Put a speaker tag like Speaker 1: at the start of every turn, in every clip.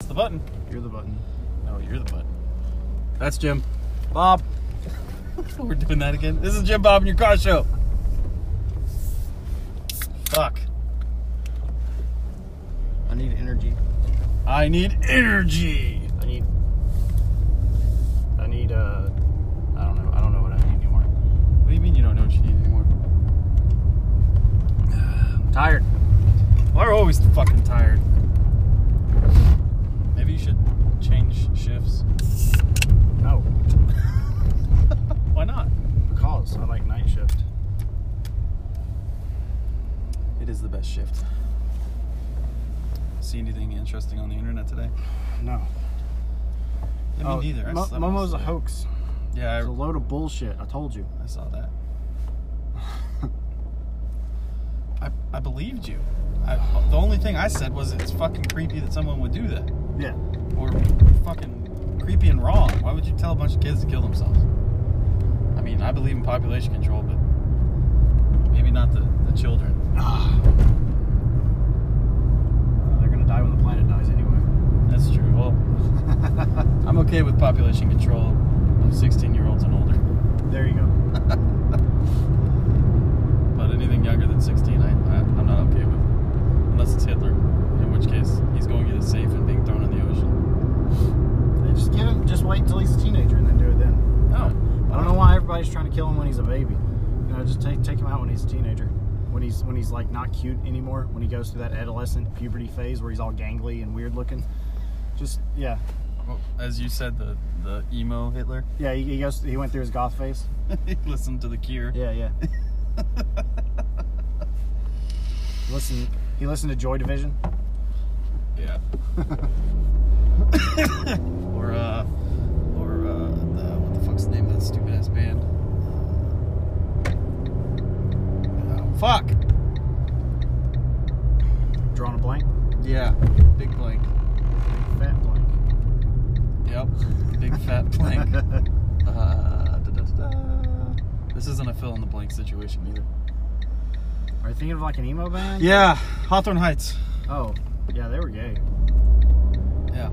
Speaker 1: the button.
Speaker 2: You're the button.
Speaker 1: No, you're the button.
Speaker 2: That's Jim. Bob.
Speaker 1: We're doing that again. This is Jim Bob and your car show. Fuck.
Speaker 2: I need energy.
Speaker 1: I need energy.
Speaker 2: I need. I need. Uh, I don't know. I don't know what I need anymore.
Speaker 1: What do you mean you don't know what you need anymore?
Speaker 2: I'm tired.
Speaker 1: We're always fucking tired. Maybe you should change shifts.
Speaker 2: No,
Speaker 1: Why not?
Speaker 2: because I like night shift.
Speaker 1: It is the best shift. See anything interesting on the internet today?
Speaker 2: No.
Speaker 1: I
Speaker 2: Oh,
Speaker 1: mean, neither. I
Speaker 2: Mo-
Speaker 1: slept
Speaker 2: Momo's a
Speaker 1: yesterday.
Speaker 2: hoax.
Speaker 1: Yeah,
Speaker 2: It's a
Speaker 1: I,
Speaker 2: load of bullshit. I told you.
Speaker 1: I saw that. I, I believed you. I, the only thing I said was it's fucking creepy that someone would do that.
Speaker 2: Yeah.
Speaker 1: Or fucking creepy and wrong. Why would you tell a bunch of kids to kill themselves? I mean, I believe in population control, but maybe not the, the children.
Speaker 2: Uh, they're gonna die when the planet dies anyway.
Speaker 1: That's true. Well, I'm okay with population control of 16 year olds and older.
Speaker 2: There you go.
Speaker 1: But anything younger than 16, I, I, I'm not okay with. Unless it's Hitler, in which case he's going to the safe and being thrown in the ocean.
Speaker 2: They just give him. Just wait until he's a teenager and then do it then.
Speaker 1: No.
Speaker 2: I don't know why everybody's trying to kill him when he's a baby. You know, just take take him out when he's a teenager. When he's when he's like not cute anymore. When he goes through that adolescent puberty phase where he's all gangly and weird looking. Just yeah,
Speaker 1: Well, as you said, the, the emo Hitler.
Speaker 2: yeah. He, he goes. He went through his goth phase.
Speaker 1: he listened to the cure.
Speaker 2: Yeah, yeah. Listen, he listened to Joy Division.
Speaker 1: Yeah. or uh, or uh, the, what the fuck's the name of that stupid ass band? Uh, fuck.
Speaker 2: Drawing a blank,
Speaker 1: Yeah. Big blank.
Speaker 2: fat blank.
Speaker 1: Yep. Big fat blank. Uh, da-da-da-da. This isn't a fill in the blank situation either.
Speaker 2: Are you thinking of like an emo band?
Speaker 1: Yeah, Hawthorne Heights.
Speaker 2: Oh, yeah. They were gay.
Speaker 1: Yeah.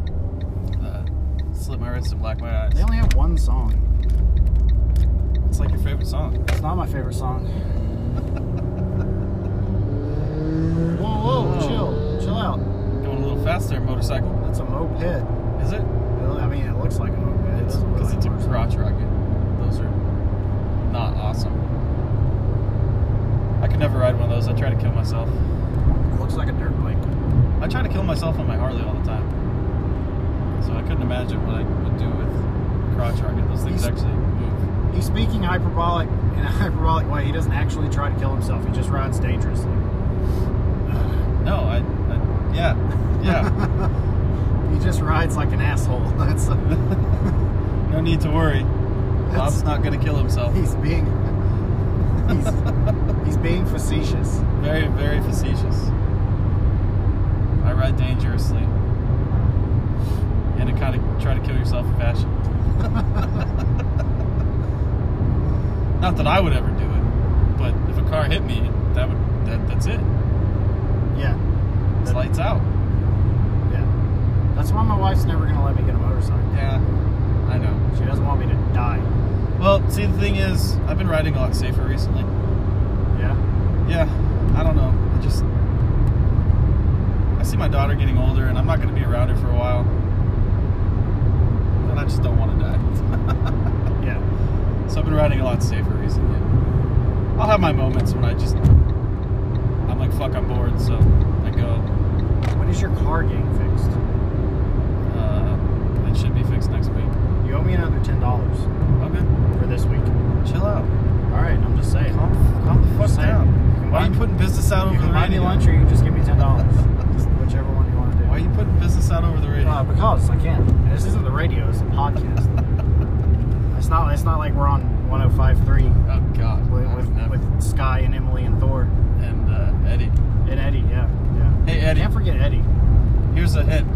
Speaker 1: Uh, Slip my wrist and black my eyes.
Speaker 2: They only have one song.
Speaker 1: It's like your favorite song.
Speaker 2: It's not my favorite song. whoa, whoa,
Speaker 1: Whoa.
Speaker 2: chill, chill out.
Speaker 1: Going a little faster, motorcycle.
Speaker 2: That's a moped.
Speaker 1: Is it?
Speaker 2: I mean, it looks like a moped.
Speaker 1: It's
Speaker 2: doesn't look
Speaker 1: because
Speaker 2: like
Speaker 1: it's a
Speaker 2: a motorcycle.
Speaker 1: crotch rocket. Those are not awesome. I could never ride one of those. I try to kill myself.
Speaker 2: It looks like a dirt bike.
Speaker 1: I try to kill myself on my Harley all the time. So I couldn't imagine what I would do with crotch rocket. Those things
Speaker 2: He's-
Speaker 1: actually move.
Speaker 2: He's speaking hyperbolic in a hyperbolic way. He doesn't actually try to kill himself. He just rides dangerously.
Speaker 1: No, I, I yeah, yeah.
Speaker 2: He just rides like an asshole. That's
Speaker 1: no need to worry.
Speaker 2: That's-
Speaker 1: Bob's not gonna kill himself.
Speaker 2: he's being he's, he's being facetious.
Speaker 1: Very, very facetious. I ride dangerously. And to kind of try to kill yourself in fashion. Not that I would ever do it, but if a car hit me, that would that, that's it.
Speaker 2: Yeah,
Speaker 1: It's lights out.
Speaker 2: yeah. That's why my wife's never gonna let me get a motorcycle.
Speaker 1: Yeah, I know.
Speaker 2: She doesn't want me to die.
Speaker 1: Well, see, the thing is, I've been riding a lot safer recently.
Speaker 2: Yeah,
Speaker 1: Yeah, I don't know. I just I see my daughter getting older, and I'm not going to be around her for a while, and I just don't want to die.
Speaker 2: yeah.
Speaker 1: so I've been riding a lot safer recently. I'll have my moments when I just I'm like, fuck, I'm bored, so I go.
Speaker 2: When is your car getting fixed?
Speaker 1: Uh, it should be fixed next week.
Speaker 2: You owe me another ten dollars
Speaker 1: Okay,
Speaker 2: for this week.
Speaker 1: chill out.
Speaker 2: All right, I'm just saying.
Speaker 1: Calm, calm the fuck
Speaker 2: Say it. You
Speaker 1: down.
Speaker 2: can
Speaker 1: Why are
Speaker 2: buy-
Speaker 1: you putting business out
Speaker 2: You
Speaker 1: over the
Speaker 2: can buy me
Speaker 1: radio?
Speaker 2: lunch, or you can just give me ten dollars, whichever one you want to do.
Speaker 1: Why are you putting business out over the radio?
Speaker 2: Uh, because I can. And This isn't the radio. It's a podcast. it's not. It's not like we're on 105.3
Speaker 1: oh God, I
Speaker 2: with,
Speaker 1: would never.
Speaker 2: with, with Sky and Emily and Thor
Speaker 1: and uh, Eddie.
Speaker 2: and Eddie. Yeah, yeah.
Speaker 1: Hey Eddie,
Speaker 2: Can't forget Eddie.
Speaker 1: Here's a hint.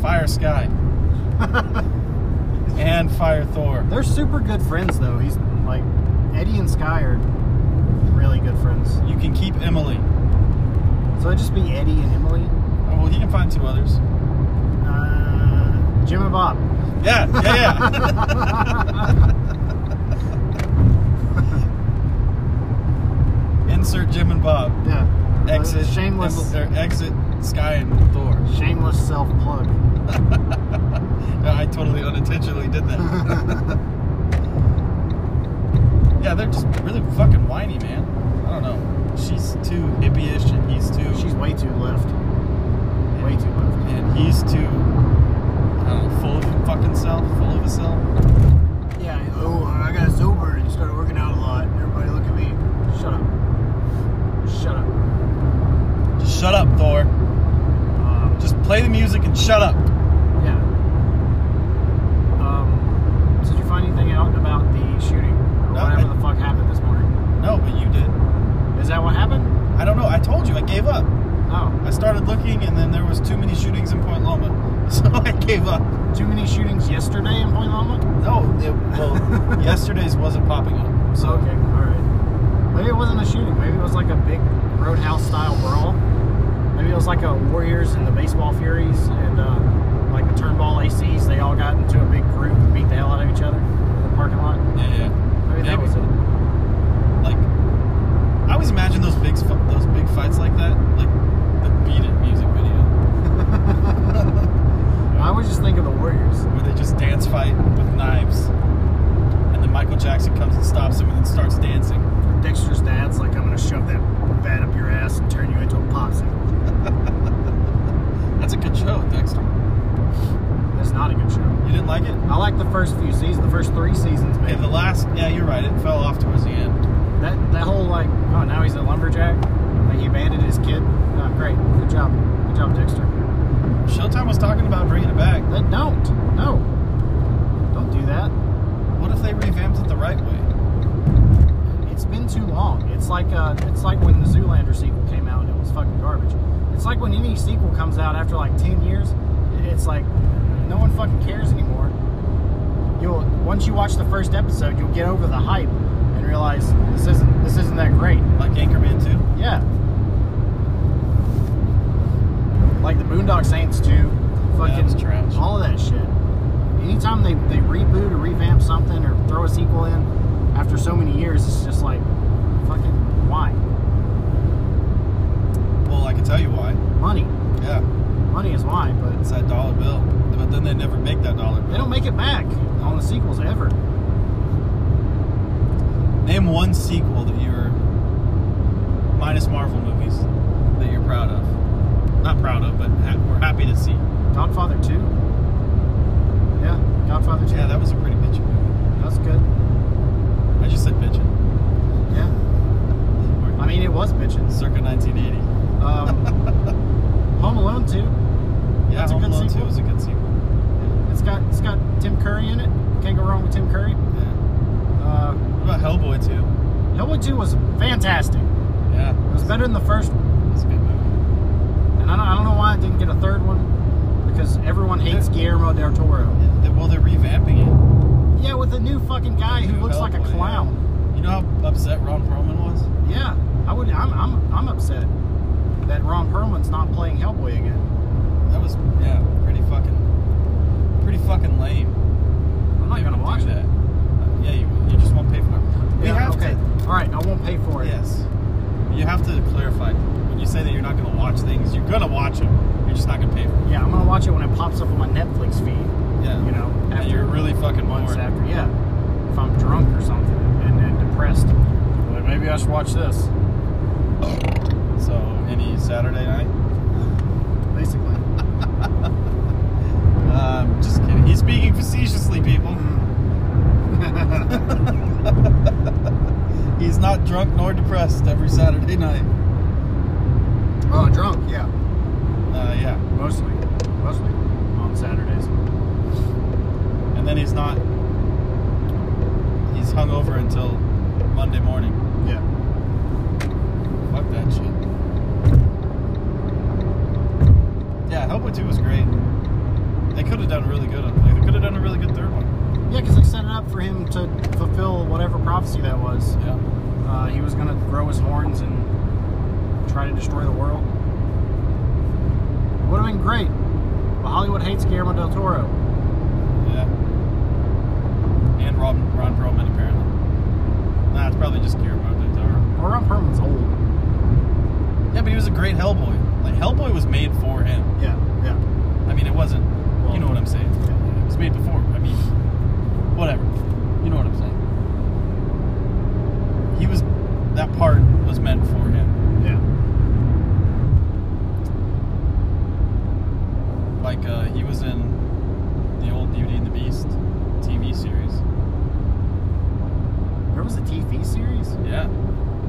Speaker 1: Fire Sky and Fire Thor.
Speaker 2: They're super good friends, though. He's like Eddie and Sky are really good friends.
Speaker 1: You can keep Emily.
Speaker 2: So it'd just be Eddie and Emily.
Speaker 1: Oh, well, he can find two others.
Speaker 2: Uh, Jim and Bob.
Speaker 1: Yeah, yeah, yeah. Insert Jim and Bob.
Speaker 2: Yeah. Uh,
Speaker 1: Exit.
Speaker 2: Shameless.
Speaker 1: Em- or exit Sky and Thor.
Speaker 2: Shameless self plug.
Speaker 1: Yeah, I totally unintentionally did that. yeah, they're just really fucking whiny, man. I don't know. She's too hippie-ish, and he's too.
Speaker 2: She's way too left. Way too left.
Speaker 1: And he's too. I don't know, full of fucking self, full of himself.
Speaker 2: Yeah. Oh, I got sober and started working out a lot. Everybody look at me. Shut up. Shut up.
Speaker 1: Just shut up, Thor.
Speaker 2: Um,
Speaker 1: Just play the music and shut up.
Speaker 2: yeah. Um, did you find anything out about the shooting or
Speaker 1: No,
Speaker 2: whatever
Speaker 1: I-
Speaker 2: the fuck happened this morning?
Speaker 1: No, but you did.
Speaker 2: Is that what happened?
Speaker 1: I don't know. I told you I gave up.
Speaker 2: Oh,
Speaker 1: I started looking, and then there was too many shootings in Point Loma, so I gave up.
Speaker 2: too many shootings yesterday in Point Loma.
Speaker 1: No, it, well, yesterday's wasn't popping up.
Speaker 2: So
Speaker 1: So
Speaker 2: okay, all right. Maybe it wasn't a shooting. Maybe it was like a big roadhouse style brawl. Maybe it was like a Warriors and the Baseball Furies and uh, like the Turnball ACs. They all got into a big group and beat the hell out of each other in the parking lot.
Speaker 1: yeah, yeah.
Speaker 2: Maybe that
Speaker 1: Maybe.
Speaker 2: was it.
Speaker 1: Like, I always imagine those big fu- those big fights like that, like the Beat It music video,
Speaker 2: I always just think of the Warriors.
Speaker 1: where they just dance fight with knives, and then Michael Jackson comes and stops him, and then starts dancing.
Speaker 2: Dexter's dad's like, I'm gonna shove that bat up your ass and turn you into a popsicle.
Speaker 1: That's a good show, Dexter.
Speaker 2: That's not a good show.
Speaker 1: You didn't like it?
Speaker 2: I like the first few seasons, the first three seasons,
Speaker 1: Okay,
Speaker 2: man.
Speaker 1: the last. Yeah, you're right. It fell off towards the end.
Speaker 2: That that whole like, oh now he's a lumberjack, like he abandoned his kid. Oh, great, good job, good job, Dexter.
Speaker 1: Showtime was talking about bringing it back.
Speaker 2: They don't, no, don't do that.
Speaker 1: What if they revamped it the right way?
Speaker 2: It's been too long. It's like uh, it's like when the Zoolander sequel came out and it was fucking garbage. It's like when any sequel comes out after like ten years, it's like no one fucking cares anymore. You'll once you watch the first episode, you'll get over the hype and realize this isn't this isn't that great.
Speaker 1: Like Anchorman 2?
Speaker 2: Yeah. Like the Boondock Saints too.
Speaker 1: That
Speaker 2: Fucking
Speaker 1: was trash.
Speaker 2: all of that shit. Anytime they, they reboot or revamp something or throw a sequel in after so many years, it's just like fucking why?
Speaker 1: Well, I can tell you why.
Speaker 2: Money.
Speaker 1: Yeah,
Speaker 2: Money is why, but
Speaker 1: it's that dollar bill. But then they never make that dollar bill.
Speaker 2: they don't make it back on the sequels ever.
Speaker 1: Name one sequel that you're minus Marvel movies that you're proud of. Not proud of, but ha- we're happy to see.
Speaker 2: Godfather 2. Yeah, Godfather 2.
Speaker 1: Yeah, that was a pretty bitchin' movie.
Speaker 2: that's good.
Speaker 1: I just said bitchin'.
Speaker 2: Yeah. I mean, it was bitching.
Speaker 1: circa 1980.
Speaker 2: Um, Home Alone 2.
Speaker 1: Yeah,
Speaker 2: That's a
Speaker 1: Home
Speaker 2: good
Speaker 1: Alone
Speaker 2: sequel.
Speaker 1: 2 was a good sequel.
Speaker 2: It's got it's got Tim Curry in it. Can't go wrong with Tim Curry.
Speaker 1: Yeah.
Speaker 2: Uh,
Speaker 1: What about Hellboy 2?
Speaker 2: Hellboy 2 was fantastic.
Speaker 1: Yeah,
Speaker 2: It was better than the first one,
Speaker 1: that's a good movie.
Speaker 2: and I don't, I don't know why I didn't get a third one because everyone hates Guillermo del Toro.
Speaker 1: Yeah, they- well, they're revamping it.
Speaker 2: Yeah, with a new fucking guy who
Speaker 1: New
Speaker 2: looks like a
Speaker 1: Hellboy, yeah.
Speaker 2: clown.
Speaker 1: You know how upset Ron Perlman was?
Speaker 2: Yeah, I would. I'm I'm, I'm upset that Ron Perlman's not playing Hellboy again.
Speaker 1: That was yeah, pretty fucking, pretty fucking lame.
Speaker 2: I'm not
Speaker 1: They
Speaker 2: gonna
Speaker 1: would
Speaker 2: watch
Speaker 1: do
Speaker 2: it.
Speaker 1: that. Uh, yeah, you, you just won't pay for it. We
Speaker 2: Yeah,
Speaker 1: have
Speaker 2: okay. All right, I won't pay for
Speaker 1: to.
Speaker 2: it.
Speaker 1: Yes. You have to clarify. When you say that you're not gonna watch things, you're gonna watch them. You're just not gonna pay for.
Speaker 2: Yeah, I'm gonna watch it when it pops up on my Netflix feed.
Speaker 1: It. Yeah.
Speaker 2: You know,
Speaker 1: and you're really fucking
Speaker 2: months
Speaker 1: bored.
Speaker 2: after. Yeah, if I'm drunk or something and, and depressed, but maybe I should watch this.
Speaker 1: So any Saturday night?
Speaker 2: Basically,
Speaker 1: Um, just kidding. He's speaking facetiously, people. He's not drunk nor depressed every Saturday night.
Speaker 2: oh, drunk. Yeah,
Speaker 1: Uh, yeah.
Speaker 2: mostly, mostly on Saturdays.
Speaker 1: and then he's not he's hung over until monday morning
Speaker 2: Yeah,
Speaker 1: fuck that shit yeah hellboy 2 was great they could have done really good on like, they could have done a really good third one
Speaker 2: yeah, because they set it up for him to fulfill whatever prophecy that was.
Speaker 1: yeah
Speaker 2: Uh, he was gonna grow his horns and try to destroy the world. Would have been great, but Hollywood hates Guillermo del Toro.
Speaker 1: just care about that tower.
Speaker 2: Ron Perlman's old.
Speaker 1: Yeah, but he was a great Hellboy. Like Hellboy was made for him.
Speaker 2: Yeah, yeah.
Speaker 1: I mean, it wasn't. you know what I'm saying?
Speaker 2: Yeah.
Speaker 1: It was made before. I mean, whatever. You know what I'm saying? He was. That part was meant for him.
Speaker 2: Yeah.
Speaker 1: Like uh, he was in the old Beauty and the Beast TV series.
Speaker 2: There was a TV series.
Speaker 1: Yeah.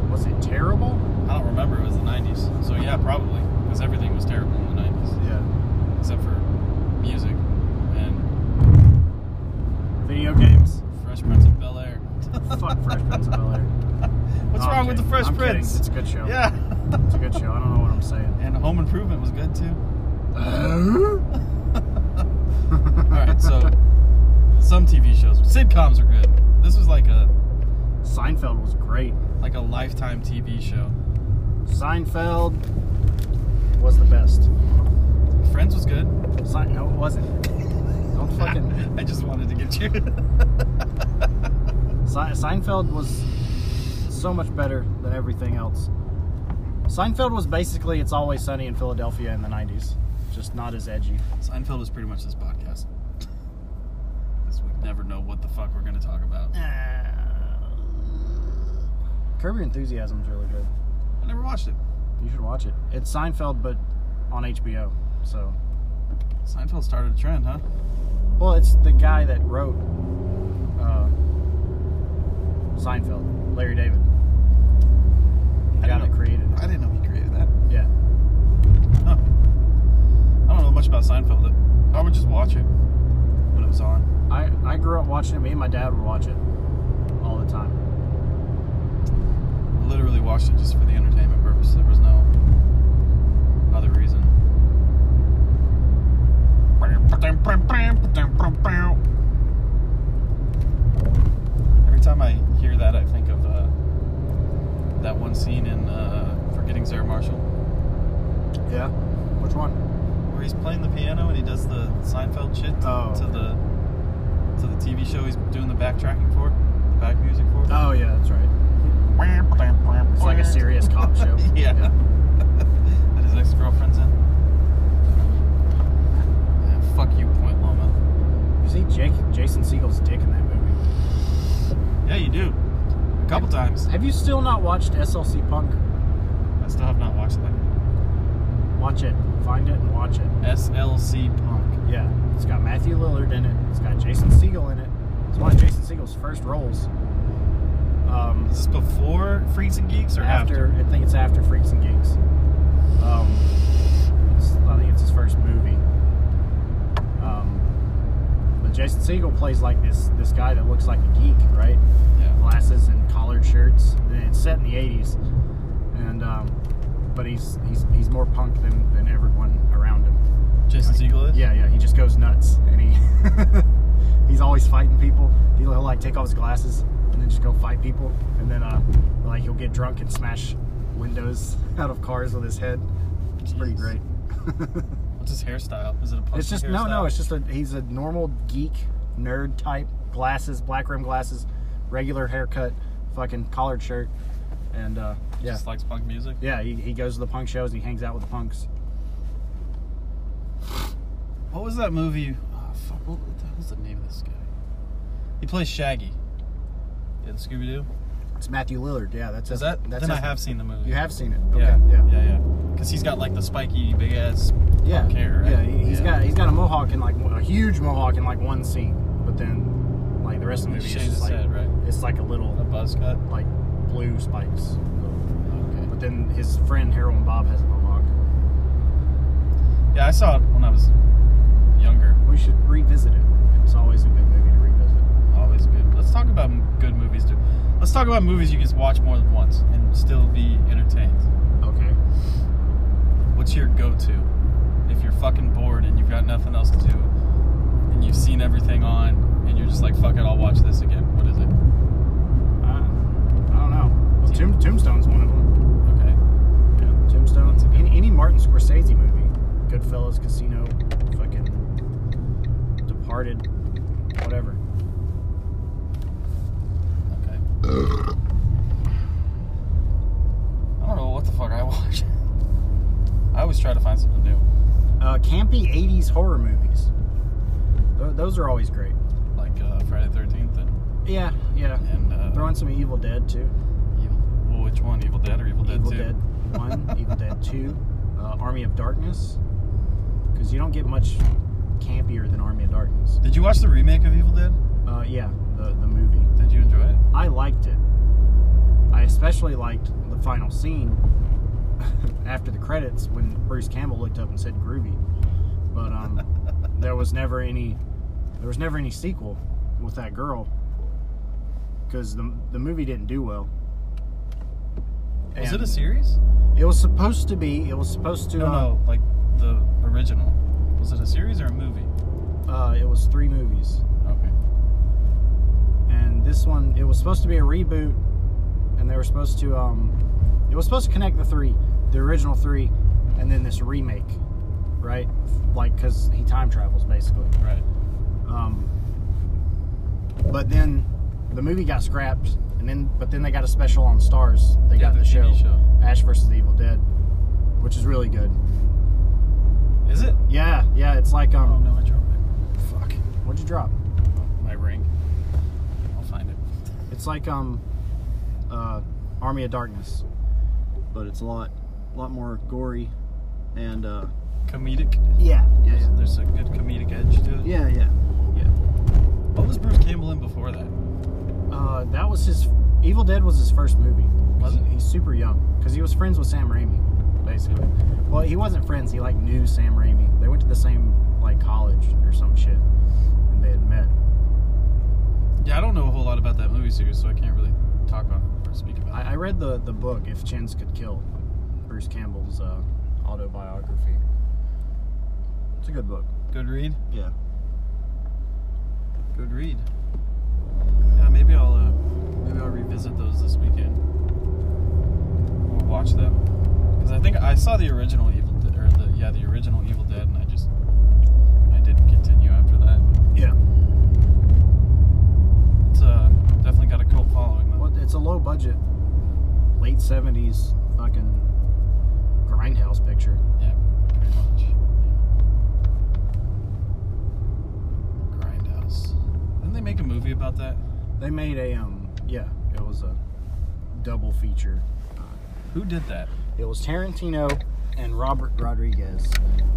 Speaker 2: Was it terrible?
Speaker 1: I don't remember. It was the 90s. So yeah, probably. Because everything was terrible in the 90s.
Speaker 2: Yeah.
Speaker 1: Except for music and
Speaker 2: Video games.
Speaker 1: Fresh Prince of Bel Air.
Speaker 2: Fuck Fresh Prince of Bel Air.
Speaker 1: What's
Speaker 2: No, I'm
Speaker 1: wrong with the
Speaker 2: kidding.
Speaker 1: Fresh
Speaker 2: I'm kidding.
Speaker 1: Prince?
Speaker 2: It's a good show.
Speaker 1: Yeah.
Speaker 2: It's a good show. I don't know what I'm saying.
Speaker 1: And Home Improvement was good too. Alright, so some TV shows. Sitcoms are good. This was like a
Speaker 2: Seinfeld was great.
Speaker 1: like a lifetime TV show.
Speaker 2: Seinfeld was the best.
Speaker 1: Friends was good.
Speaker 2: Sein- no, it wasn't. Don't fucking.
Speaker 1: I just wanted to get you.
Speaker 2: Se- Seinfeld was so much better than everything else. Seinfeld was basically It's Always Sunny in Philadelphia in the 90s. Just not as edgy.
Speaker 1: Seinfeld was pretty much this podcast. Because we never know what the fuck we're gonna talk about.
Speaker 2: Curb Your Enthusiasm is really good.
Speaker 1: I never watched it.
Speaker 2: You should watch it. It's Seinfeld, but on HBO. So,
Speaker 1: Seinfeld started a trend, huh?
Speaker 2: well, it's the guy that wrote uh, Seinfeld, Larry David. The
Speaker 1: I didn't
Speaker 2: guy that
Speaker 1: know-
Speaker 2: created it.
Speaker 1: I didn't know he created that.
Speaker 2: Yeah.
Speaker 1: Huh. I don't know much about Seinfeld. I would just watch it when it was on.
Speaker 2: I, I grew up watching it. Me and my dad would watch it all the time.
Speaker 1: Literally watched it just for the entertainment purpose. There was no other reason. Every time I hear that, I think of uh, that one scene in uh, Forgetting Sarah Marshall
Speaker 2: Yeah. Which one?
Speaker 1: where he's playing the piano and he does the Seinfeld shit to,
Speaker 2: Oh.
Speaker 1: to the to the TV show he's doing the backtracking for, the back music for.
Speaker 2: Oh yeah, that's right.
Speaker 1: It's
Speaker 2: It's like a serious cop show.
Speaker 1: yeah. that his ex girlfriend's in. Yeah, fuck you, Point Loma.
Speaker 2: You see Jake Jason Siegel's dick in that movie.
Speaker 1: Yeah, you do. A couple times.
Speaker 2: Have you still not watched SLC Punk?
Speaker 1: I still have not watched that.
Speaker 2: Watch it. Find it and watch it.
Speaker 1: SLC Punk.
Speaker 2: Yeah. It's got Matthew Lillard in it. It's got Jason Siegel in it. It's one of Jason Siegel's first roles. Um,
Speaker 1: Is this before Freaks and Geeks or after?
Speaker 2: after, I think it's after Freaks and Geeks. Um, it's, I think it's his first movie. Um, but Jason Siegel plays like this this guy that looks like a geek, right?
Speaker 1: Yeah.
Speaker 2: Glasses and collared shirts. And it's set in the '80s, and um, but he's he's he's more punk than than everyone around him.
Speaker 1: Jason Siegel is?
Speaker 2: Yeah, yeah. He just goes nuts, and he he's always fighting people. He'll, he'll like take off his glasses and then just go fight people, and then uh, like he'll get drunk and smash windows out of cars with his head. It's pretty
Speaker 1: Jeez.
Speaker 2: great.
Speaker 1: What's his hairstyle? Is it a punk?
Speaker 2: it's just no, no. It's just a he's a normal geek nerd type. Glasses, black rim glasses, regular haircut, fucking collared shirt, and uh, yeah,
Speaker 1: just likes punk music.
Speaker 2: yeah. He, he goes to the punk shows and he hangs out with the punks.
Speaker 1: What was that movie? Oh, fuck, what the hell was the name of this guy? He plays Shaggy in Scooby Doo.
Speaker 2: It's Matthew Lillard. Yeah, that's
Speaker 1: Is
Speaker 2: his-
Speaker 1: that?
Speaker 2: That's
Speaker 1: then I
Speaker 2: his-
Speaker 1: have seen the movie.
Speaker 2: You have seen it. Okay.
Speaker 1: Yeah,
Speaker 2: Yeah.
Speaker 1: yeah, yeah. Because he's got like the spiky big ass
Speaker 2: Yeah,
Speaker 1: punk hair.
Speaker 2: yeah.
Speaker 1: Right?
Speaker 2: he- He's got he's got a mohawk in like one- a huge mohawk in like one scene, but then like the rest of the
Speaker 1: He
Speaker 2: movie is
Speaker 1: shaves
Speaker 2: just
Speaker 1: his
Speaker 2: like
Speaker 1: head, right?
Speaker 2: it's like
Speaker 1: a
Speaker 2: a little
Speaker 1: buzz cut.
Speaker 2: like blue spikes.
Speaker 1: Okay.
Speaker 2: But then his friend Harold and Bob has a mohawk.
Speaker 1: Yeah, I saw it when I was younger.
Speaker 2: We should revisit it. It's always a good movie to revisit.
Speaker 1: Always good. Let's talk about m- good movies too. Let's talk about movies you can watch more than once and still be entertained.
Speaker 2: Okay.
Speaker 1: What's your go-to if you're fucking bored and you've got nothing else to do and you've seen everything on and you're just like, fuck it, I'll watch this again. What is it?
Speaker 2: Uh, I don't know. Well, Tomb, Tombstone's one of them.
Speaker 1: Okay.
Speaker 2: Yeah. Tombstone.
Speaker 1: That's a good
Speaker 2: Any, any Martin Scorsese movie. Goodfellas, Casino, fucking Departed, whatever.
Speaker 1: Okay. Let's try to find something new,
Speaker 2: Uh, campy '80s horror movies. Th- those are always great.
Speaker 1: like uh, Friday Thirteenth and,
Speaker 2: Yeah, yeah.
Speaker 1: and uh,
Speaker 2: Throw in some Evil Dead too.
Speaker 1: Evil, well, which one? Evil Dead or Evil Dead
Speaker 2: Evil
Speaker 1: Two?
Speaker 2: Dead One, Evil Dead Two, uh, Army of Darkness. Because you don't get much campier than Army of Darkness.
Speaker 1: Did you watch the remake of Evil Dead?
Speaker 2: Uh, yeah, the the movie.
Speaker 1: Did you enjoy it?
Speaker 2: I liked it. I especially liked the final scene after the credits when Bruce Campbell looked up and said "groovy," but um, there was never any there was never any sequel with that girl because the the movie didn't do well.
Speaker 1: Was it
Speaker 2: And
Speaker 1: a series?
Speaker 2: It was supposed to be. It was supposed to.
Speaker 1: No,
Speaker 2: uh,
Speaker 1: no, like the original. Was it a series or a movie?
Speaker 2: Uh, it was three movies,
Speaker 1: Okay.
Speaker 2: and this one it was supposed to be a reboot, and they were supposed to um, it was supposed to connect the three, the original three, and then this remake, right? Like because he time travels basically.
Speaker 1: Right.
Speaker 2: Um, but then the movie got scrapped, and then but then they got a special on Stars. They
Speaker 1: Yeah,
Speaker 2: got
Speaker 1: the
Speaker 2: the,
Speaker 1: TV show.
Speaker 2: Ash versus the Evil Dead, which is really good.
Speaker 1: Is it?
Speaker 2: Yeah, yeah, it's like
Speaker 1: Oh
Speaker 2: um,
Speaker 1: no, I dropped it. Fuck.
Speaker 2: what'd you drop?
Speaker 1: My ring. I'll find it.
Speaker 2: It's like um, uh, Army of Darkness, but it's a lot, lot more gory, and uh,
Speaker 1: Comedic.
Speaker 2: yeah,
Speaker 1: There's, there's a good comedic edge to it.
Speaker 2: yeah, yeah, yeah.
Speaker 1: What was Bruce Campbell in before that?
Speaker 2: Uh, that was his. Evil Dead was his first movie.
Speaker 1: Was it?
Speaker 2: He's super young because he was friends with Sam Raimi, basically. Well, he wasn't friends. He like knew Sam Raimi. They went to the same like college or some shit, and they had met.
Speaker 1: Yeah, I don't know a whole lot about that movie series, so I can't really talk about it or speak about it.
Speaker 2: I, I read the the book If Chins Could Kill, Bruce Campbell's uh, autobiography. It's a good book.
Speaker 1: Good read.
Speaker 2: Yeah.
Speaker 1: Good read. Yeah, maybe I'll uh, maybe I'll revisit those this weekend. Or watch them because I think I saw the original Evil Dead or the yeah the original Evil Dead, and I just I didn't continue after that.
Speaker 2: Yeah.
Speaker 1: It's uh, definitely got a cult following though.
Speaker 2: Well, it's a low budget, late seventies fucking grindhouse picture.
Speaker 1: Yeah, pretty much. Yeah. Grindhouse. Didn't they make a movie about that?
Speaker 2: They made a um yeah, it was a double feature.
Speaker 1: Who did that?
Speaker 2: It was Tarantino and Robert Rodriguez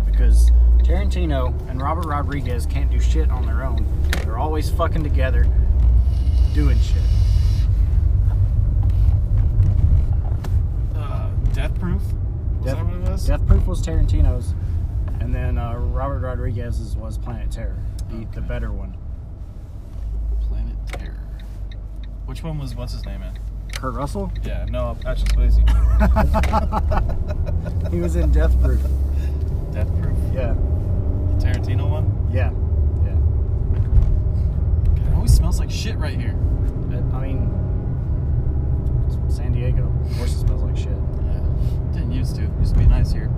Speaker 2: because Tarantino and Robert Rodriguez can't do shit on their own. They're always fucking together doing shit.
Speaker 1: Uh, Death Proof. Was
Speaker 2: Death-
Speaker 1: that what it was?
Speaker 2: Death Proof was Tarantino's, and then uh, Robert Rodriguez's was Planet Terror, the, the better one.
Speaker 1: Planet Terror. Which one was what's his name in?
Speaker 2: Kurt Russell?
Speaker 1: Yeah, no, Patrick Swayze.
Speaker 2: he was in Death Proof.
Speaker 1: Death Proof.
Speaker 2: Yeah,
Speaker 1: The Tarantino one.
Speaker 2: yeah, yeah.
Speaker 1: God, it always smells like shit right here.
Speaker 2: I mean, it's San Diego. Of course, it smells like shit.
Speaker 1: Yeah. Didn't used to. Used to be nice here.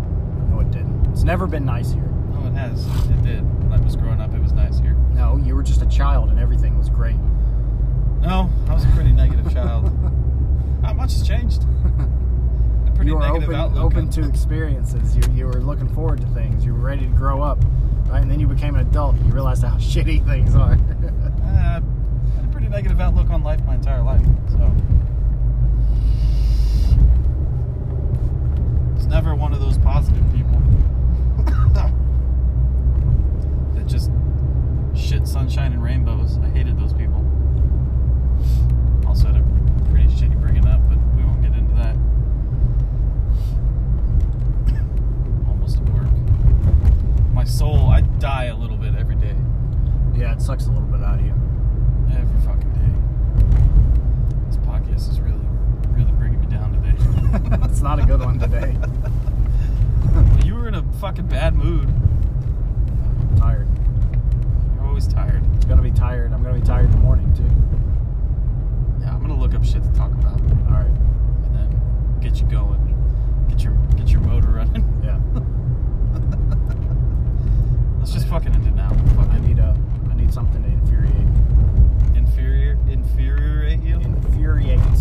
Speaker 2: No, it didn't. It's never been nice here.
Speaker 1: No, it has. It did. When I was growing up, it was nice here.
Speaker 2: No, you were just a child and everything was great.
Speaker 1: No, I was a pretty negative child. Not much has changed. A pretty
Speaker 2: you were
Speaker 1: negative
Speaker 2: open,
Speaker 1: outlook.
Speaker 2: open
Speaker 1: on-
Speaker 2: to experiences. You, you were looking forward to things. You were ready to grow up, right? And then you became an adult and you realized how shitty things are.
Speaker 1: Uh, I had a pretty negative outlook on life my entire life. So it's never one of those positive people that just shit sunshine and rainbows. I hated those people. Also had a pretty shitty bringing up, but we won't get into that. Almost at work. My soul, I die a little bit every day.
Speaker 2: yeah, it sucks a little bit out of you.
Speaker 1: Every fucking day. This podcast is really, really bringing me down today.
Speaker 2: It's not a good one today.
Speaker 1: you were in a fucking bad mood.
Speaker 2: I'm tired.
Speaker 1: You're always tired.
Speaker 2: I'm gonna be tired. I'm gonna be tired in the morning too.
Speaker 1: Yeah, I'm gonna look up shit to talk about
Speaker 2: All right.
Speaker 1: and then get you going. Get your get your motor running.
Speaker 2: Yeah.
Speaker 1: Let's just fucking end it now.
Speaker 2: I
Speaker 1: Fucking
Speaker 2: need a. I need something to infuriate.
Speaker 1: inferior infuriate you.
Speaker 2: Infuriate.
Speaker 1: Infur-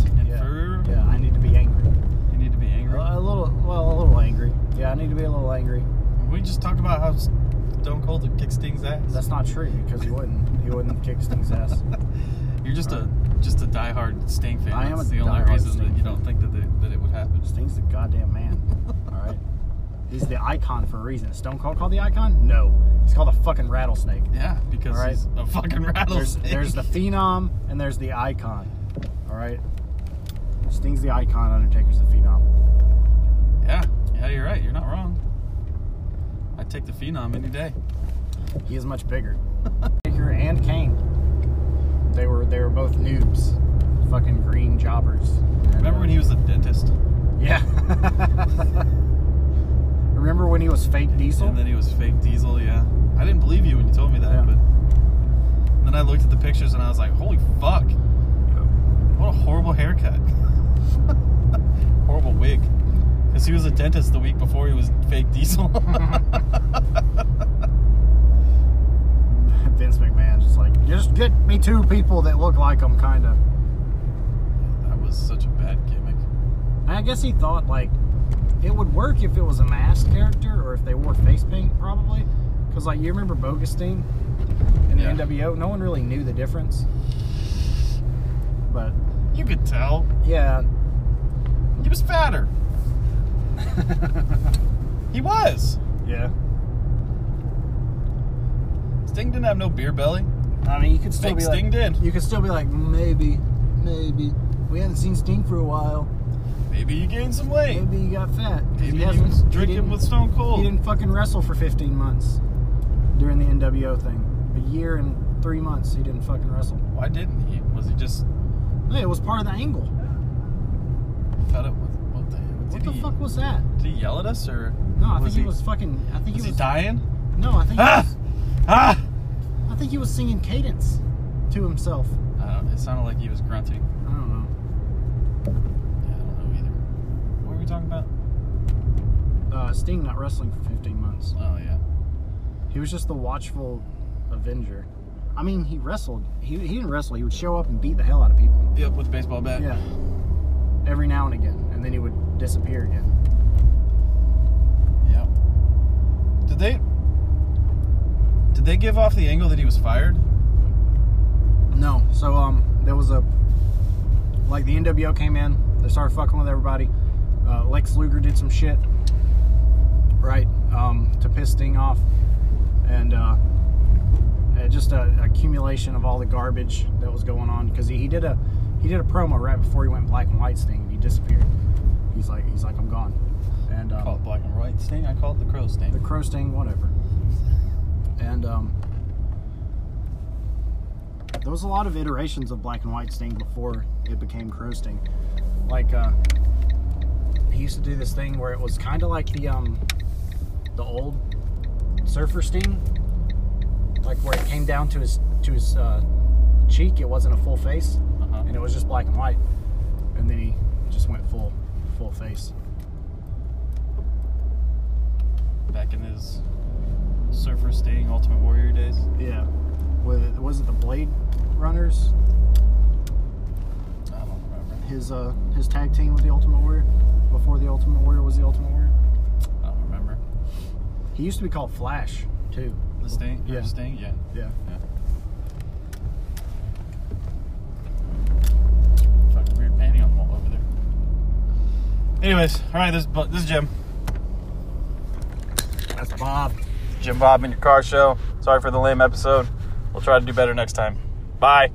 Speaker 2: Yeah. yeah. I need to be angry. Uh,
Speaker 1: You need to be angry.
Speaker 2: A little. Well, a little angry. Yeah. I need to be a little
Speaker 1: Sting's ass.
Speaker 2: That's not true because he wouldn't. He wouldn't kick Sting's ass.
Speaker 1: You're just a just a diehard Sting fan.
Speaker 2: I am
Speaker 1: That's
Speaker 2: a
Speaker 1: the only
Speaker 2: diehard
Speaker 1: reason
Speaker 2: Sting
Speaker 1: that you
Speaker 2: fan.
Speaker 1: don't think that they, that it would happen.
Speaker 2: Sting's the goddamn man. All right. He's the icon for a reason. Stone Cold called the icon? No. He's called a fucking rattlesnake.
Speaker 1: Yeah, because
Speaker 2: All right.
Speaker 1: he's a fucking
Speaker 2: There's,
Speaker 1: rattlesnake.
Speaker 2: there's the phenom and there's the icon. All right. Sting's the icon. Undertaker's the phenom.
Speaker 1: yeah, yeah, you're right. You're not wrong. I'd take the Phenom any day.
Speaker 2: He is much bigger. Undertaker and Kane. They were they were both noobs, fucking green jobbers. And,
Speaker 1: Remember
Speaker 2: uh,
Speaker 1: when he was a dentist,
Speaker 2: Yeah. Remember when he was fake diesel?
Speaker 1: and then he was fake Diesel? Yeah, I didn't believe you when you told me that,
Speaker 2: Yeah.
Speaker 1: but then I looked at the pictures and I was like, holy fuck, what a horrible haircut, horrible wig. Because he was a dentist the week before he was fake Diesel.
Speaker 2: Vince McMahon just like just get me two people that look like him, kind of.
Speaker 1: that was such a bad gimmick.
Speaker 2: I guess he thought like it would work if it was a masked character or if they wore face paint, probably. Because like you remember Bogustine in the
Speaker 1: Yeah.
Speaker 2: NWO, no one really knew the difference. But
Speaker 1: You could tell
Speaker 2: yeah,
Speaker 1: he was fatter. He was.
Speaker 2: yeah.
Speaker 1: Sting didn't have no beer belly.
Speaker 2: I mean, you could still
Speaker 1: Fake
Speaker 2: be like,
Speaker 1: Sting did.
Speaker 2: you could still be like, maybe, maybe we haven't seen Sting for a while.
Speaker 1: Maybe he gained some weight.
Speaker 2: Maybe he got fat. 'Cause
Speaker 1: Maybe he
Speaker 2: hasn't-
Speaker 1: was
Speaker 2: didn't-
Speaker 1: drinking with Stone
Speaker 2: He
Speaker 1: Cold.
Speaker 2: didn't fucking wrestle for 15 months during the NWO thing. A year and three months he didn't fucking wrestle.
Speaker 1: Why didn't he? Was he just
Speaker 2: Hey, it was part of the angle.
Speaker 1: cut up with what the? Did
Speaker 2: What the
Speaker 1: he,
Speaker 2: fuck was that?
Speaker 1: Did he yell at us or?
Speaker 2: No, I think he, was fucking. I
Speaker 1: Was
Speaker 2: think he
Speaker 1: he
Speaker 2: was.
Speaker 1: dying?
Speaker 2: no, I think.
Speaker 1: Ah!
Speaker 2: He
Speaker 1: Ah!
Speaker 2: was, I think he was singing cadence to himself.
Speaker 1: I don't know. It sounded like he was grunting.
Speaker 2: I don't
Speaker 1: Yeah, I don't know either. What were we talking about?
Speaker 2: know. Uh, Sting not wrestling for 15 months.
Speaker 1: Oh yeah.
Speaker 2: He was just the watchful Avenger. I mean, he wrestled. He, he didn't wrestle. He would show up and beat the hell out of people.
Speaker 1: Yep, with the baseball bat.
Speaker 2: Yeah. Every now and again, and then he would disappear again.
Speaker 1: Yep. Did they? Did they give off the angle that he was fired?
Speaker 2: No. So um, there was a like the NWO came in. They started fucking with everybody. Uh, Lex Luger did some shit, right, um, to piss Sting off, and uh, uh, just a accumulation of all the garbage that was going on because he, he did a he did a promo right before he went black and white Sting and he disappeared. He's like he's like I'm gone, and
Speaker 1: I
Speaker 2: um,
Speaker 1: call it black and white sting. I call it the crow sting.
Speaker 2: the crow sting, whatever. And um, there was a lot of iterations of black and white sting before it became crow sting. Like uh, he used to do this thing where it was kind of like the um, the old surfer sting, like where it came down to his to his uh, cheek. It wasn't a full face,
Speaker 1: Uh-huh.
Speaker 2: and it was just black and white. And then he just went full full face.
Speaker 1: Back in his surfer sting, Ultimate Warrior days.
Speaker 2: Yeah. With, was it the Blade Runners?
Speaker 1: I don't remember.
Speaker 2: His uh his tag team with the Ultimate Warrior before the Ultimate Warrior was the Ultimate Warrior.
Speaker 1: I don't remember.
Speaker 2: He used to be called Flash too.
Speaker 1: The sting?
Speaker 2: Yeah.
Speaker 1: Yeah. Sting? Yeah.
Speaker 2: Yeah.
Speaker 1: Yeah. Fucking weird painting on the wall over there. Anyways, all right. This is Bu- this is Jim.
Speaker 2: That's Bob.
Speaker 1: Jim Bob in your car show. Sorry for the lame episode. We'll try to do better next time. Bye.